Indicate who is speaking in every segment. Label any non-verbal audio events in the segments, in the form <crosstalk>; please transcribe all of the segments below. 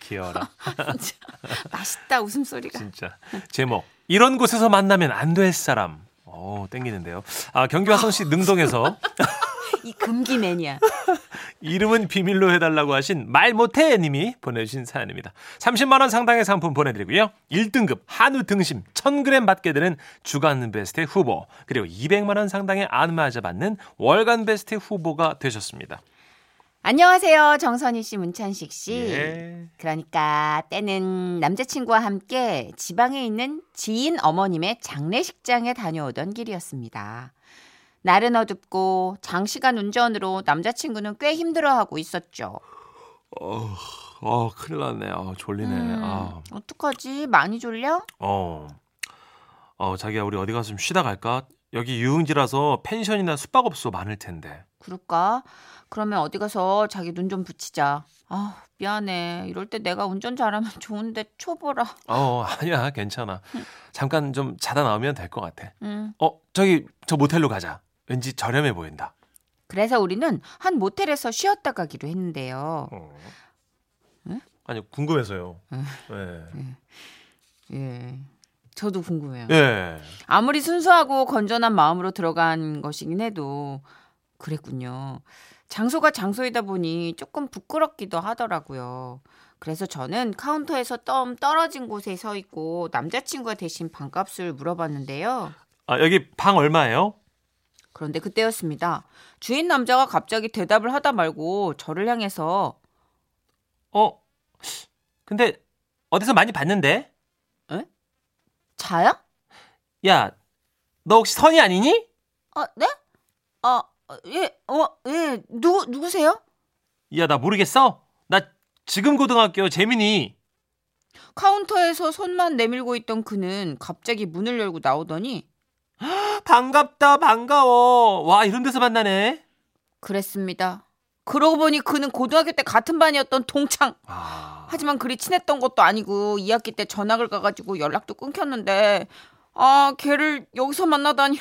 Speaker 1: 귀여워라.
Speaker 2: 진짜 맛있다
Speaker 1: 그
Speaker 2: 웃음소리가.
Speaker 1: 진짜. 제목. 이런 곳에서 만나면 안 될 사람. 오, 땡기는데요. 아, 경기 화성시 능동에서
Speaker 2: 이 금기 매니아.
Speaker 1: 이름은 비밀로 해달라고 하신 말 못해 님이 보내주신 사연입니다. 30만원 상당의 상품 보내드리고요. 1등급 한우 등심 1000g 받게 되는 주간 베스트 후보, 그리고 200만원 상당의 안마자 받는 월간 베스트 후보가 되셨습니다.
Speaker 2: 안녕하세요. 정선희 씨, 문찬식 씨.
Speaker 1: 예.
Speaker 2: 그러니까 때는 남자친구와 함께 지방에 있는 지인 어머님의 장례식장에 다녀오던 길이었습니다. 날은 어둡고 장시간 운전으로 남자친구는 꽤 힘들어하고 있었죠.
Speaker 1: 어, 어, 큰일 났네. 요 졸리네.
Speaker 2: 음,
Speaker 1: 아,
Speaker 2: 어떡하지? 많이 졸려?
Speaker 1: 어. 어, 자기야, 우리 어디 가서 좀 쉬다 갈까? 여기 유흥지라서 펜션이나 숙박업소 많을 텐데.
Speaker 2: 그럴까? 그러면 어디 가서 자기 눈 좀 붙이자. 아, 미안해. 이럴 때 내가 운전 잘하면 좋은데 초보라.
Speaker 1: 어, 아니야, 괜찮아. 잠깐 좀 자다 나오면 될 것 같아.
Speaker 2: 음.
Speaker 1: 어, 저기, 저 모텔로 가자. 왠지 저렴해 보인다.
Speaker 2: 그래서 우리는 한 모텔에서 쉬었다 가기로 했는데요. 응?
Speaker 1: 어. 아니, 궁금해서요.
Speaker 2: 응.
Speaker 1: 예.
Speaker 2: 예. 저도 궁금해요.
Speaker 1: 예.
Speaker 2: 아무리 순수하고 건전한 마음으로 들어간 것이긴 해도 그랬군요. 장소가 장소이다 보니 조금 부끄럽기도 하더라고요. 그래서 저는 카운터에서 좀 떨어진 곳에 서 있고 남자친구가 대신 반값을 물어봤는데요.
Speaker 1: 아, 여기 방 얼마예요?
Speaker 2: 그런데 그때였습니다. 주인 남자가 갑자기 대답을 하다 말고 저를 향해서
Speaker 1: 어, 근데 어디서 많이 봤는데?
Speaker 2: 자야?
Speaker 1: 야, 너 혹시 선이 아니니?
Speaker 2: 아, 네? 아, 어, 예, 어, 예, 누구, 누구세요?
Speaker 1: 야, 나 모르겠어. 나 지금 고등학교 재민이.
Speaker 2: 카운터에서 손만 내밀고 있던 그는 갑자기 문을 열고 나오더니,
Speaker 1: 반갑다, 반가워. 와, 이런 데서 만나네.
Speaker 2: 그랬습니다. 그러고 보니 그는 고등학교 때 같은 반이었던 동창.
Speaker 1: 아,
Speaker 2: 하지만 그리 친했던 것도 아니고, 2학기 때 전학을 가가지고 연락도 끊겼는데, 아, 걔를 여기서 만나다니.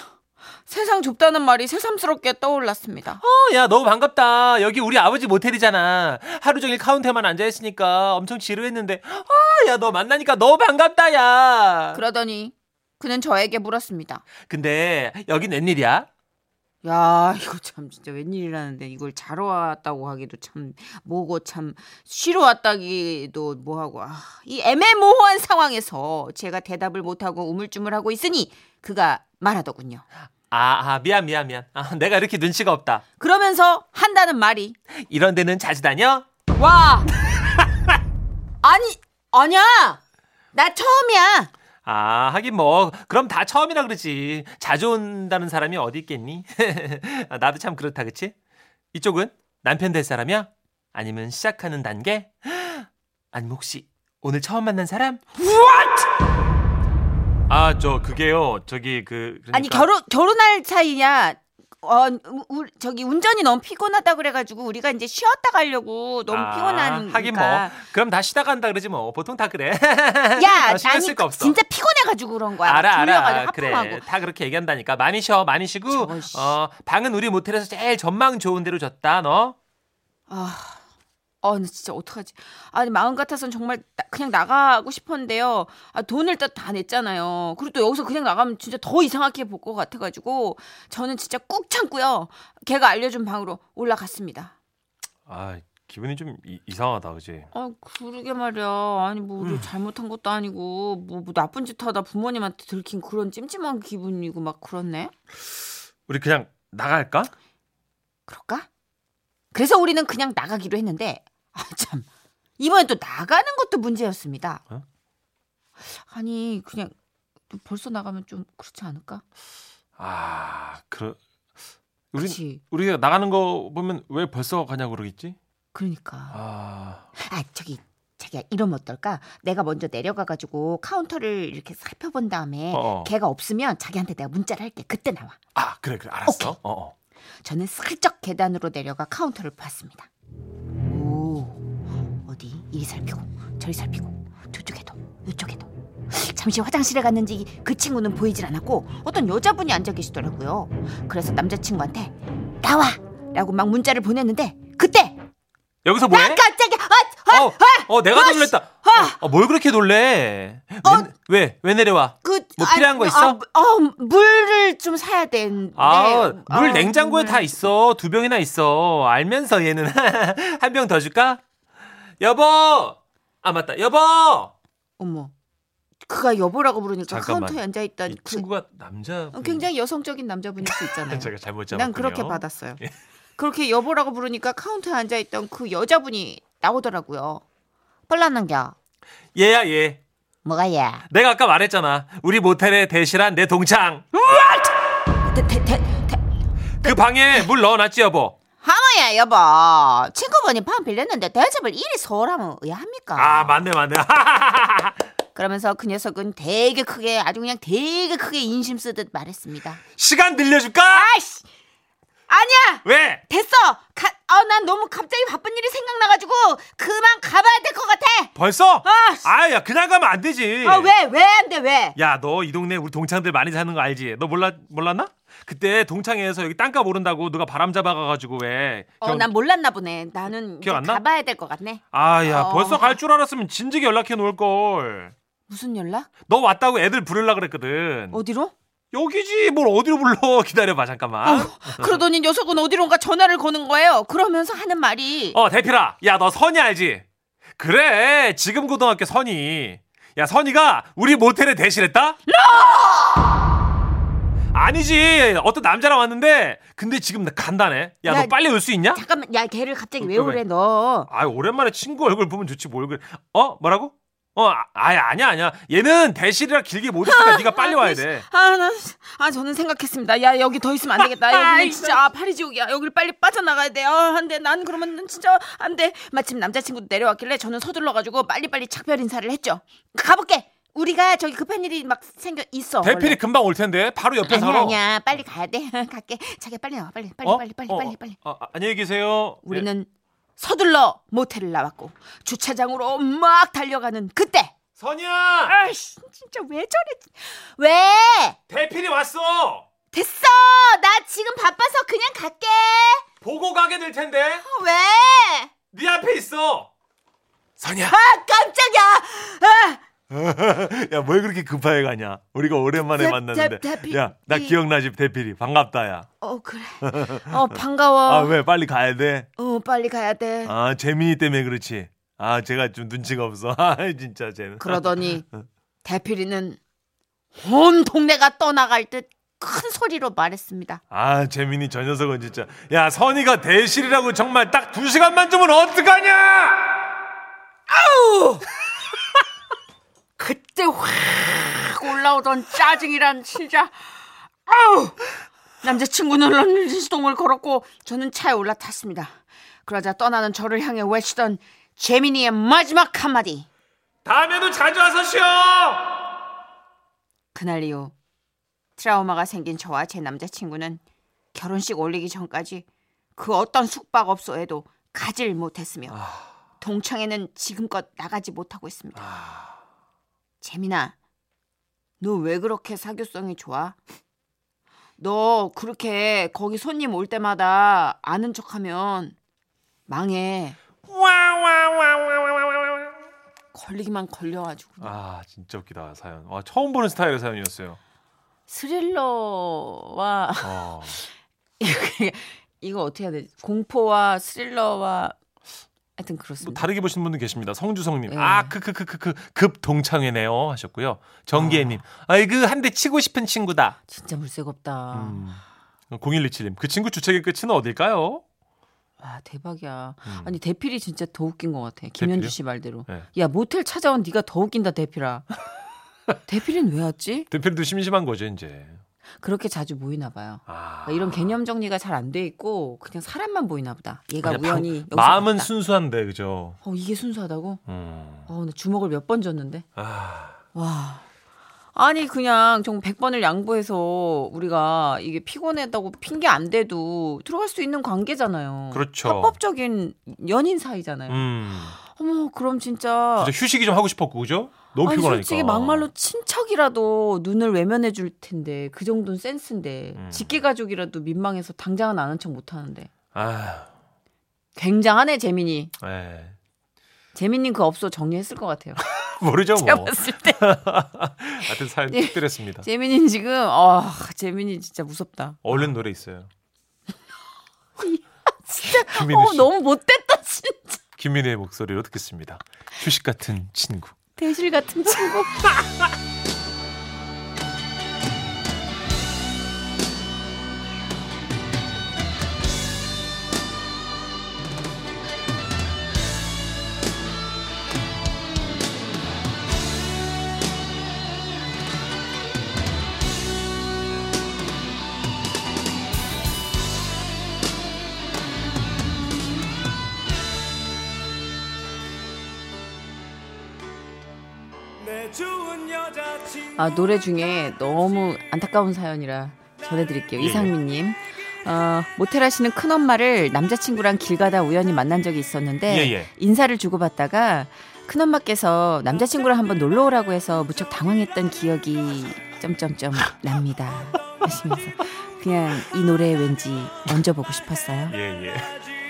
Speaker 2: 세상 좁다는 말이 새삼스럽게 떠올랐습니다.
Speaker 1: 어, 야, 너무 반갑다. 여기 우리 아버지 모텔이잖아. 하루 종일 카운터에만 앉아있으니까 엄청 지루했는데. 아, 야, 너 만나니까 너무 반갑다, 야.
Speaker 2: 그러더니, 그는 저에게 물었습니다.
Speaker 1: 근데 여긴 웬일이야?
Speaker 2: 야, 이거 참 진짜 웬일이라는데 이걸 자러 왔다고 하기도 참 뭐고 참 쉬러 왔다기도 뭐하고 아, 이 애매모호한 상황에서 제가 대답을 못하고 우물쭈물하고 있으니 그가 말하더군요.
Speaker 1: 아, 아 미안, 미안, 미안. 아, 내가 이렇게 눈치가 없다.
Speaker 2: 그러면서 한다는 말이
Speaker 1: 이런 데는 자주 다녀?
Speaker 2: 와 아니 아니야 나 처음이야
Speaker 1: 아, 하긴 뭐, 그럼 다 처음이라 그러지. 자주 온다는 사람이 어디 있겠니? <laughs> 아, 나도 참 그렇다, 그치? 이쪽은 남편 될 사람이야? 아니면 시작하는 단계? <gasps> 아니면 혹시 오늘 처음 만난 사람? What? 아, 저, 그게요. 저기, 그.
Speaker 2: 아니 결혼 결혼할 사이야. 어, 우- 우- 저기 운전이 너무 피곤하다 그래가지고 우리가 이제 쉬었다 가려고 너무 피곤한
Speaker 1: 아, 하긴 뭐.
Speaker 2: 거니까.
Speaker 1: 그럼 다 쉬다 간다 그러지 뭐. 보통 다 그래.
Speaker 2: 야,
Speaker 1: <laughs> 아, 신경 쓸
Speaker 2: 아니,
Speaker 1: 거 없어.
Speaker 2: 진짜 피곤해가지고 그런 거야.
Speaker 1: 알아 알아
Speaker 2: 졸려가지고
Speaker 1: 그래
Speaker 2: 하품하고.
Speaker 1: 다 그렇게 얘기한다니까 많이 쉬어 많이 쉬고
Speaker 2: 저거, 씨.
Speaker 1: 어 방은 우리 모텔에서 제일 전망 좋은 데로 줬다 너
Speaker 2: 아, 어, 나 진짜 어떡하지? 아니 마음 같아선 정말 나- 그냥 나가고 싶었는데요. 아, 돈을 다, 다 냈잖아요. 그리고 또 여기서 그냥 나가면 진짜 더 이상하게 볼 것 같아가지고 저는 진짜 꾹 참고요. 걔가 알려준 방으로 올라갔습니다.
Speaker 1: 아 기분이 좀 이, 상하다 그지
Speaker 2: 아, 그러게 말이야. 아니 뭐
Speaker 1: 음.
Speaker 2: 우리 잘못한 것도 아니고 뭐, 뭐 나쁜 짓 하다 부모님한테 들킨 그런 찜찜한 기분이고 막 그렇네.
Speaker 1: 우리 그냥 나갈까
Speaker 2: 그럴까? 그래서 우리는 그냥 나가기로 했는데 아 참. 이번엔 또 나가는 것도 문제였습니다.
Speaker 1: 어?
Speaker 2: 아니 그냥 벌써 나가면 좀 그렇지 않을까?
Speaker 1: 아 그러 우리
Speaker 2: 그렇지.
Speaker 1: 우리가 나가는 거 보면 왜 벌써 가냐고 그러겠지
Speaker 2: 그러니까.
Speaker 1: 아
Speaker 2: 아 저기 자기야 이러면 어떨까? 내가 먼저 내려가 가지고 카운터를 이렇게 살펴본 다음에
Speaker 1: 어.
Speaker 2: 걔가 없으면 자기한테 내가 문자를 할게. 그때 나와.
Speaker 1: 아, 그래 그래 알았어 어, 어.
Speaker 2: 저는 슬쩍 계단으로 내려가 카운터를 봤습니다. 오, 어디 이리 살피고 저리 살피고 저쪽에도 이쪽에도 잠시 화장실에 갔는지 그 친구는 보이질 않았고 어떤 여자분이 앉아 계시더라고요. 그래서 남자친구한테 나와라고 막 문자를 보냈는데 그때
Speaker 1: 여기서
Speaker 2: 나
Speaker 1: 뭐해
Speaker 2: 갑자기 아, 아
Speaker 1: 어, 어, 내가 더 놀랬다. 어, 뭘 그렇게 놀래?
Speaker 2: 어?
Speaker 1: 왜, 왜, 왜 내려와?
Speaker 2: 그,
Speaker 1: 뭐 필요한 거 있어?
Speaker 2: 아, 어, 물을 좀 사야 되는데.
Speaker 1: 아, 물
Speaker 2: 아,
Speaker 1: 냉장고에
Speaker 2: 물.
Speaker 1: 다 있어. 두 병이나 있어. 알면서 얘는 <laughs> 한 병 더 줄까? 여보! 아, 맞다. 여보!
Speaker 2: 어머. 그가 여보라고 부르니까
Speaker 1: 잠깐만.
Speaker 2: 카운터에 앉아 있던
Speaker 1: 이
Speaker 2: 그
Speaker 1: 친구가 남자.
Speaker 2: 어, 굉장히 여성적인 남자분일 수
Speaker 1: <laughs>
Speaker 2: 있잖아요.
Speaker 1: 제가 잘못 잡았군요. 예.
Speaker 2: 난 그렇게 받았어요. 그렇게 여보라고 부르니까 카운터에 앉아 있던 그 여자분이 나오더라고요. 빨라는 게
Speaker 1: 얘야, 얘.
Speaker 2: 뭐가 야?
Speaker 1: 내가 아까 말했잖아. 우리 모텔에 대실한 내 동창. 그 방에 물 넣어놨지, 여보?
Speaker 2: 하모야 여보 친구분이 방 빌렸는데 대접을 이리 소홀하면 의아합니까?
Speaker 1: 아, 맞네, <laughs> 맞네.
Speaker 2: 그러면서 그 녀석은 되게 크게 아주 그냥 되게 크게 인심 쓰듯 말했습니다.
Speaker 1: 시간 늘려줄까?
Speaker 2: 아이씨 아니야
Speaker 1: 왜?
Speaker 2: 됐어 아난 너무 갑자기 바쁜 일이 생각나가지고 그만 가봐야 될 것 같아.
Speaker 1: 벌써?
Speaker 2: 아, 씨.
Speaker 1: 아, 야, 그냥 가면 안 되지.
Speaker 2: 아 왜 왜 안 돼 왜?
Speaker 1: 야, 너 이 동네 우리 동창들 많이 사는 거 알지? 너 몰라 몰랐나? 그때 동창회에서 여기 땅값 오른다고 누가 바람 잡아가가지고 왜?
Speaker 2: 어
Speaker 1: 기억-
Speaker 2: 난 몰랐나 보네. 나는 이제
Speaker 1: 기억 안 나?
Speaker 2: 가봐야 될 것 같네.
Speaker 1: 아, 야,
Speaker 2: 어.
Speaker 1: 벌써 갈 줄 알았으면 진즉에 연락해 놓을 걸.
Speaker 2: 무슨 연락?
Speaker 1: 너 왔다고 애들 부르려 그랬거든.
Speaker 2: 어디로?
Speaker 1: 여기지, 뭘 어디로 불러? <laughs> 기다려봐, 잠깐만.
Speaker 2: <laughs> 어. 그러더니 녀석은 어디론가 전화를 거는 거예요. 그러면서 하는 말이
Speaker 1: 어, 대필아, 야, 너 선이 알지? 그래, 지금 고등학교 선이. 야, 선이가 우리 모텔에 대실했다? 아니지, 어떤 남자랑 왔는데, 근데 지금 나 간다네. 야,
Speaker 2: 야,
Speaker 1: 너 빨리 올 수 있냐?
Speaker 2: 잠깐만 야 걔를 갑자기
Speaker 1: 어,
Speaker 2: 왜
Speaker 1: 왜, 왜?
Speaker 2: 오래 너?
Speaker 1: 아 오랜만에 친구 얼굴 보면 좋지 뭘 그래 어 뭐라고 어 아, 아니 아니야 아니야 얘는 대실이라 길게 못 있으니까 네가 빨리 와야 돼
Speaker 2: 그 <laughs> 아나아 저는 생각했습니다. 야 여기 더 있으면 안 되겠다. 여기는 진짜 아, 파리 지옥이야. 여기를 빨리 빠져나가야 돼. 아, 안돼. 난 그러면 난 진짜 안 돼. 마침 남자친구도 내려왔길래 저는 서둘러 가지고 빨리빨리 작별 인사를 했죠. 가볼게. 우리가 저기 급한 일이 막 생겨 있어.
Speaker 1: 대필이 금방 올 텐데 바로 옆에
Speaker 2: 원래.
Speaker 1: 사러
Speaker 2: 아니야 아니야 빨리 가야 돼. <laughs> 갈게. 자기 빨리 나와 빨리 빨리
Speaker 1: 어?
Speaker 2: 빨리 빨리
Speaker 1: 어,
Speaker 2: 빨리 빨리.
Speaker 1: 어, 아, 안녕히 계세요 예.
Speaker 2: 우리는 서둘러 모텔을 나왔고 주차장으로 막 달려가는 그때
Speaker 1: 선이야
Speaker 2: 아이씨 진짜 왜 저래 왜
Speaker 1: 대필이 왔어
Speaker 2: 됐어 나 지금 바빠서 그냥 갈게 어,
Speaker 1: 보고 가게 될 텐데
Speaker 2: 왜아
Speaker 1: 네 앞에 있어 선이야 <laughs>
Speaker 2: 아, 깜짝이야 아,
Speaker 1: 야 뭘 그렇게 급하게 가냐 우리가 오랜만에
Speaker 2: 대-
Speaker 1: 만났는데
Speaker 2: 대- 대필-
Speaker 1: 야 나
Speaker 2: 이-
Speaker 1: 기억나지 대필이 반갑다 야
Speaker 2: 어 그래
Speaker 1: <laughs>
Speaker 2: 어 반가워
Speaker 1: 아 왜 빨리 가야 돼
Speaker 2: 어 빨리 가야 돼
Speaker 1: 아 재민이 때문에 그렇지. 아 제가 좀 눈치가 없어. <laughs> 아 진짜 쟤는.
Speaker 2: 그러더니 대필이는 온 동네가 떠나갈 듯 큰 소리로 말했습니다
Speaker 1: 아 재민이 저 녀석은 진짜. 야 선이가 대실이라고 정말 딱 두 시간만 주면 어떡하냐?
Speaker 2: 그때 확 올라오던 짜증이란 진짜 아우 남자친구는 런닝시동을 걸었고 저는 차에 올라탔습니다. 그러자 떠나는 저를 향해 외치던 재민이의 마지막 한마디.
Speaker 1: 다음에도 자주 와서 쉬어.
Speaker 2: 그날 이후 트라우마가 생긴 저와 제 남자친구는 결혼식 올리기 전까지 그 어떤 숙박업소에도 가질 못했으며 동창회는 지금껏 나가지 못하고 있습니다. 재민아, 너 왜 그렇게 사교성이 좋아? 너 그렇게 거기 손님 올 때마다 아는 척하면 망해.
Speaker 1: 와와와와와와.
Speaker 2: 걸리기만 걸려가지고
Speaker 1: 아 진짜 웃기다 사연. 와 처음 보는 스타일의 사연이었어요.
Speaker 2: 스릴러와
Speaker 1: 어.
Speaker 2: 이거 어떻게 해야 되지? 공포와 스릴러와 하여튼
Speaker 1: 뭐
Speaker 2: 그렇습니다.
Speaker 1: 다르게 보시는 분도 계십니다. 성주성님,
Speaker 2: 네.
Speaker 1: 아 크크크크크 급 동창회네요 하셨고요. 정기혜님, 아이그 한 대 치고 싶은 친구다.
Speaker 2: 진짜 물색없다.
Speaker 1: 음. 0127님, 그 친구 주책의 끝은 어딜까요?
Speaker 2: 와 아, 대박이야.
Speaker 1: 음.
Speaker 2: 아니 대필이 진짜 더 웃긴 것 같아. 김현주 씨 말대로.
Speaker 1: 네.
Speaker 2: 야 모텔 찾아온 네가 더 웃긴다 대필아. <laughs> 대필은 왜 왔지?
Speaker 1: 대필도 심심한 거죠, 이제.
Speaker 2: 그렇게 자주 모이나 봐요.
Speaker 1: 아.
Speaker 2: 그러니까 이런 개념 정리가 잘 안 돼 있고 그냥 사람만 보이나 보다. 얘가
Speaker 1: 그냥 방-
Speaker 2: 우연히 여기서
Speaker 1: 마음은
Speaker 2: 봤다.
Speaker 1: 순수한데, 그죠?
Speaker 2: 어 이게 순수하다고?
Speaker 1: 음.
Speaker 2: 어, 나 주먹을 몇 번 줬는데.
Speaker 1: 아.
Speaker 2: 와. 아니 그냥 정말 100번을 양보해서 우리가 이게 피곤하다고 핑계 안 대도 들어갈 수 있는 관계잖아요.
Speaker 1: 그렇죠.
Speaker 2: 합법적인 연인 사이잖아요.
Speaker 1: 음.
Speaker 2: 어머 그럼 진짜
Speaker 1: 진짜 휴식이 좀 하고 싶었고, 그죠? 너무
Speaker 2: 아니
Speaker 1: 피곤하니까.
Speaker 2: 솔직히 막말로 친척이라도 눈을 외면해 줄 텐데 그 정도는 센스인데
Speaker 1: 음.
Speaker 2: 직계 가족이라도 민망해서 당장은 아는 척 못 하는데
Speaker 1: 아,
Speaker 2: 굉장하네 재민이
Speaker 1: 예.
Speaker 2: 재민님 그 업소 정리했을 것 같아요.
Speaker 1: 모르죠
Speaker 2: <laughs> 제가
Speaker 1: 뭐.
Speaker 2: 봤을 때
Speaker 1: 하여튼 사연
Speaker 2: 예.
Speaker 1: 특별했습니다.
Speaker 2: 재민님 지금 어 재민이 진짜 무섭다.
Speaker 1: 얼른 노래 있어요.
Speaker 2: 진짜
Speaker 1: 김민우
Speaker 2: 어
Speaker 1: 씨.
Speaker 2: 너무 못됐다 진짜.
Speaker 1: 김민우의 목소리로 듣겠습니다. 휴식 같은 친구.
Speaker 2: 대실 같은 친구. 아, 노래 중에 너무 안타까운 사연이라 전해드릴게요.
Speaker 1: 예.
Speaker 2: 이상민님. 어, 모텔 하시는 큰엄마를 남자친구랑 길 가다 우연히 만난 적이 있었는데
Speaker 1: 예, 예.
Speaker 2: 인사를 주고받다가 큰엄마께서 남자친구랑 한번 놀러 오라고 해서 무척 당황했던 기억이 점점점 납니다. 하시면서 그냥 이 노래 왠지 먼저 보고 싶었어요.
Speaker 1: 예 예.